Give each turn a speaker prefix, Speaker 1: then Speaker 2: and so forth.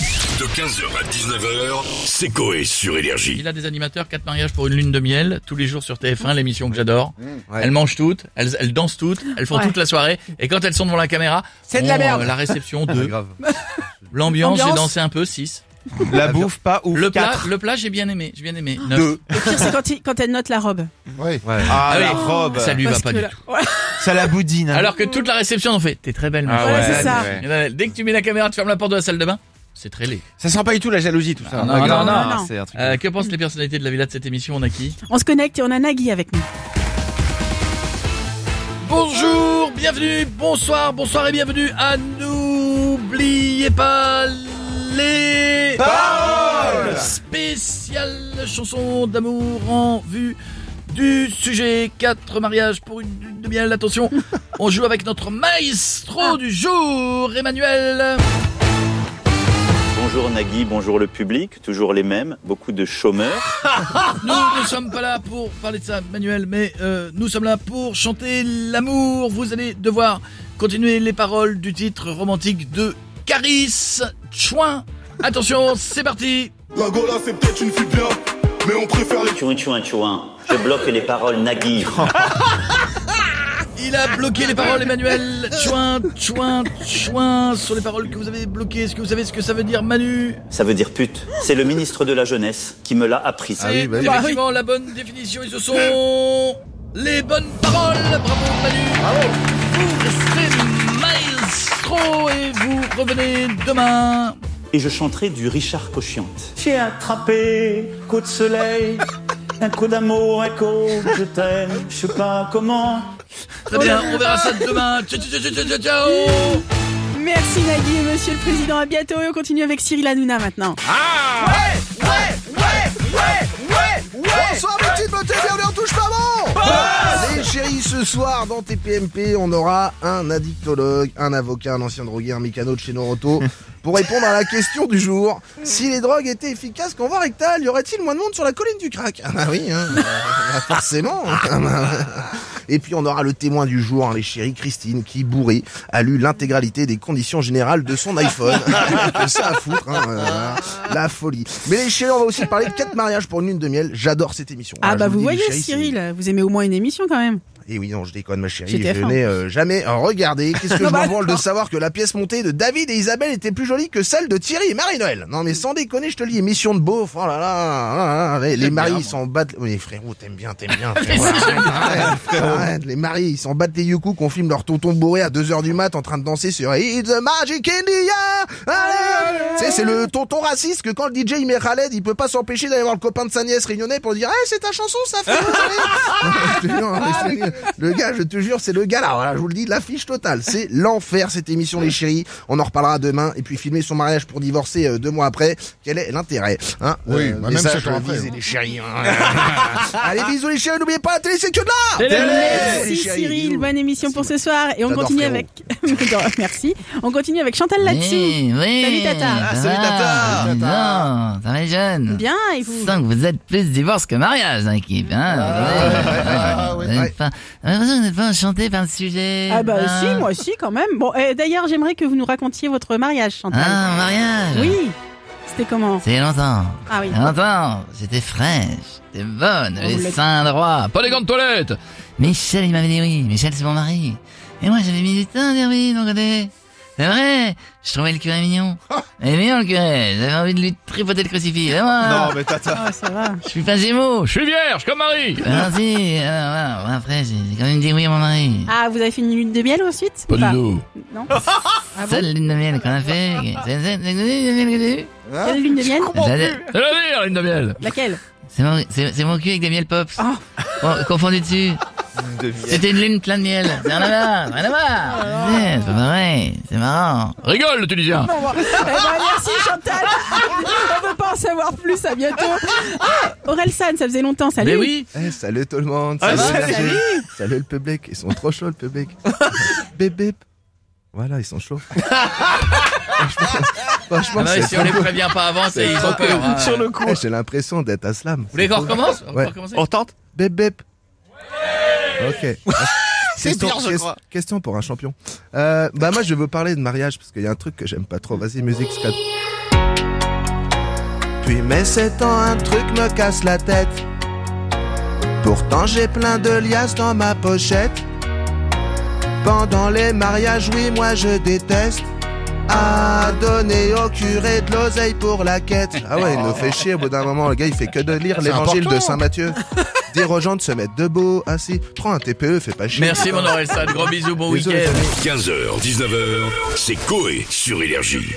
Speaker 1: De 15h à 19h, c'est Coé sur Énergie.
Speaker 2: Il a des animateurs, 4 mariages pour une lune de miel, tous les jours sur TF1, l'émission que j'adore. Elles mangent toutes, elles, elles dansent toutes, elles font
Speaker 3: Ouais.
Speaker 2: toute la soirée, et quand elles sont devant la caméra,
Speaker 4: C'est de la
Speaker 2: bon,
Speaker 4: merde.
Speaker 2: euh, La réception
Speaker 5: Pas
Speaker 2: 2.
Speaker 5: Ah, grave.
Speaker 2: L'ambiance, j'ai
Speaker 3: Ambiance.
Speaker 2: dansé un peu, 6.
Speaker 5: La bouffe, pas ouf.
Speaker 2: Le plat,
Speaker 5: quatre.
Speaker 2: le plat, j'ai bien aimé, j'ai bien aimé, 9.
Speaker 5: Deux.
Speaker 3: Le pire, c'est quand, il- quand elle note la robe.
Speaker 5: Ouais. Ah,
Speaker 2: Ah
Speaker 5: la
Speaker 2: oui.
Speaker 5: robe.
Speaker 2: Ça lui va
Speaker 3: Parce
Speaker 2: pas
Speaker 3: que
Speaker 2: du
Speaker 3: là-
Speaker 2: tout.
Speaker 3: Ouais,
Speaker 5: Ça la boudine. hein.
Speaker 2: Alors que toute la réception en fait, t'es très belle, ma
Speaker 5: Ah
Speaker 3: ouais,
Speaker 2: chérie.
Speaker 3: c'est ça.
Speaker 2: Il y en a- Dès que tu mets la caméra, tu fermes la porte de la salle de bain, c'est très laid.
Speaker 4: Ça sent pas du tout la jalousie tout ça.
Speaker 2: Ah, non, non, non.
Speaker 3: non.
Speaker 5: C'est un truc.
Speaker 2: Euh, que pensent les personnalités de la villa de cette émission On a qui
Speaker 3: On se connecte et on a Nagui avec nous.
Speaker 2: Bonjour, bienvenue, bonsoir, bonsoir et bienvenue à N'oubliez pas les paroles Spéciale chanson d'amour en vue du sujet 4 mariages pour une lune de miel. Attention, on joue avec notre maestro du jour, Emmanuel.
Speaker 6: Bonjour Nagui, bonjour le public, toujours les mêmes, beaucoup de chômeurs.
Speaker 2: Nous ne sommes pas là pour parler de ça, Manuel, mais euh, nous sommes là pour chanter l'amour. Vous allez devoir continuer les paroles du titre romantique de Caris Chouin. Attention, c'est parti
Speaker 7: La Gola c'est peut-être une fille bien, mais on préfère les
Speaker 6: Chouin chouin chouin, je bloque les paroles Nagui.
Speaker 2: Il a bloqué les paroles, Emmanuel. Chouin, chouin, chouin sur les paroles que vous avez bloquées. Est-ce que vous savez ce que ça veut dire, Manu
Speaker 6: Ça veut dire pute. C'est le ministre de la jeunesse qui me l'a appris.
Speaker 2: C'est effectivement la bonne définition et ce sont les bonnes paroles. Bravo Manu. Vous restez maestro et vous revenez demain.
Speaker 6: Et je chanterai du Richard Cochiante.
Speaker 8: J'ai attrapé, coup de soleil, un coup d'amour, un coup, je t'aime, je sais pas comment.
Speaker 2: Très bien, on verra ça demain. Ciao, ciao, ciao, ciao, ciao, ciao.
Speaker 3: Merci Nagui et Monsieur le Président. À bientôt et on continue avec Cyril Hanouna maintenant.
Speaker 9: Bonsoir mes petites beautés, bienvenue en touche pas bon Allez chérie, ce soir dans TPMP, on aura un addictologue, un avocat, un ancien drogué, un mécano de chez Noroto pour répondre à la question du jour. Si les drogues étaient efficaces qu'en voie rectale, y aurait-il moins de monde sur la colline du crack Ah bah oui, hein, euh, bah forcément hein. Et puis on aura le témoin du jour, hein, les chéris, Christine, qui, bourrée, a lu l'intégralité des conditions générales de son iPhone. Que ça à foutre, hein, euh, la folie. Mais les chéris, on va aussi parler de quatre mariages pour une lune de miel. J'adore cette émission. Voilà,
Speaker 3: Ah bah
Speaker 9: je
Speaker 3: vous
Speaker 9: dis, les
Speaker 3: voyez
Speaker 9: chéris, c'est-
Speaker 3: Cyril, vous aimez au moins une émission quand même.
Speaker 9: et Eh oui, non, je déconne, ma chérie.
Speaker 3: C'était
Speaker 9: Je
Speaker 3: F1.
Speaker 9: n'ai euh, jamais regardé. Qu'est-ce que je
Speaker 3: Non, bah,
Speaker 9: m'en branle de
Speaker 3: d'accord.
Speaker 9: savoir que la pièce montée de David et Isabelle était plus jolie que celle de Thierry et Marie-Noël. Non, mais sans déconner, je te le dis, émission de beauf. Oh là là, ah, ah, les, les
Speaker 2: J'aime
Speaker 9: maris,
Speaker 2: bien,
Speaker 9: ils
Speaker 2: moi.
Speaker 9: s'en battent. Mais frérot, t'aimes bien, t'aimes bien. frérot. Arrête, arrête. les maris, ils s'en battent les yuku qu'on filme leur tonton bourré à 2h du mat en train de danser sur It's a Magic India. Allez, Tu sais, c'est le tonton raciste que quand le DJ il met Khaled, il peut pas s'empêcher d'aller voir le copain de sa nièce réunionnais pour lui dire, Eh, c'est ta chanson, ça fait. Je te jure, hein, mais c'est- le gars, je te jure, c'est le gars là. Voilà, je vous le dis, l'affiche totale. C'est l'enfer cette émission, les chéris. On en reparlera demain. Et puis filmer son mariage pour divorcer euh, deux mois après. Quel est l'intérêt hein
Speaker 7: Oui, bah, même
Speaker 9: ça,
Speaker 7: sept
Speaker 9: je
Speaker 7: ans
Speaker 9: le
Speaker 7: après.
Speaker 9: disais, les chéris. hein. Allez, bisous les chéris. N'oubliez pas la télé, c'est que de là.
Speaker 3: Merci
Speaker 9: les chéris,
Speaker 3: Cyril,
Speaker 9: bisous.
Speaker 3: bonne émission pour ce soir et on
Speaker 9: J'adore,
Speaker 3: continue
Speaker 9: frérot.
Speaker 3: avec. Non, Merci. On continue avec Chantal là-dessus.
Speaker 2: Oui, oui.
Speaker 3: Salut, Tata.
Speaker 5: Ah, salut, Tata.
Speaker 2: Dis donc, ça va, jeune.
Speaker 3: Bien et
Speaker 2: Je
Speaker 3: vous
Speaker 2: sens que vous êtes plus divorce que mariage dans l'équipe. Hein
Speaker 3: Ah,
Speaker 9: ouais,
Speaker 2: Vous
Speaker 9: ouais.
Speaker 2: n'êtes pas- J'ai l'impression que vous n'êtes pas enchanté par le sujet.
Speaker 3: Ah bah
Speaker 2: hein.
Speaker 3: si, moi si quand même. Bon, euh, d'ailleurs j'aimerais que vous nous racontiez votre mariage Chantal.
Speaker 2: Ah, un mariage
Speaker 3: Oui. C'était comment
Speaker 2: C'est longtemps.
Speaker 3: Ah oui.
Speaker 2: Il y a longtemps, j'étais fraîche, j'étais bonne,
Speaker 3: Oh,
Speaker 2: les
Speaker 3: le-
Speaker 2: seins droits, pas les gants de toilette. Michel, il m'avait dit oui, Michel c'est mon mari. Et moi j'avais mis du temps à dire oui de mon côté. C'est vrai, je trouvais le curé mignon. Il est mignon le curé, j'avais envie de lui tripoter le crucifix. Et moi,
Speaker 5: Non, mais tata.
Speaker 3: Ah, ça va.
Speaker 2: je suis pas gémeaux, je suis vierge comme Marie. Ah si, alors, voilà. Bon, après j'ai j'ai quand même dit oui à mon mari.
Speaker 3: Ah, vous avez fait une lune de miel ensuite ou Pas
Speaker 2: tout.
Speaker 3: Non. Ah bon
Speaker 2: Seule lune de miel qu'on a fait. C'est c'est- c'est- c'est- c'est-
Speaker 3: Quelle lune de miel
Speaker 2: c'est- C'est la meilleure lune de miel.
Speaker 3: Laquelle
Speaker 2: C'est mon, c'est- c'est mon cul avec des miels pops.
Speaker 3: Ah.
Speaker 2: Oh, confondu dessus. C'était une lune pleine de miel. C'est Rien à voir, rien à voir. C'est c'est pas vrai, c'est marrant. Rigole, le Tunisien.
Speaker 3: Bon, bon. Eh ben, merci Chantal. On veut pas en savoir plus. À bientôt. Ah, Aurel San, ça faisait longtemps. Salut.
Speaker 2: Mais oui.
Speaker 9: Eh, salut tout le monde.
Speaker 5: Ah,
Speaker 9: salut,
Speaker 5: salut.
Speaker 9: salut. Salut le public. Ils sont trop chauds le public. bip bip. Voilà, ils sont chauds. franchement, franchement, c'est
Speaker 2: Ah bah si on les prévient pas avant, c'est ils ont peur. Vous
Speaker 5: le coup.
Speaker 9: Eh, J'ai l'impression d'être à slam.
Speaker 2: voulez qu'on recommence
Speaker 9: peut Ouais.
Speaker 5: On tente
Speaker 9: Bip bip. Ok.
Speaker 4: C'est
Speaker 9: Question-
Speaker 4: pire, je
Speaker 9: ques-
Speaker 4: crois.
Speaker 9: Question pour un champion. Euh, bah moi je veux parler de mariage parce qu'il y a un truc que j'aime pas trop. Vas-y musique. Scott. depuis mes 7 ans, un truc me casse la tête. Pourtant, j'ai plein de liasses dans ma pochette. Pendant les mariages, oui, moi je déteste. À donner au curé de l'oseille pour la quête. Ah ouais, il me fait chier. Au bout d'un moment, le gars, il fait que de lire l'évangile de Saint Matthieu. Dire aux gens de se mettre debout, assis. Prends un TPE, fais pas chier.
Speaker 2: Merci mon Orelsan, gros bisous, bon
Speaker 9: Désolé,
Speaker 2: week-end.
Speaker 1: 15h, 19h, c'est Coé sur Énergie.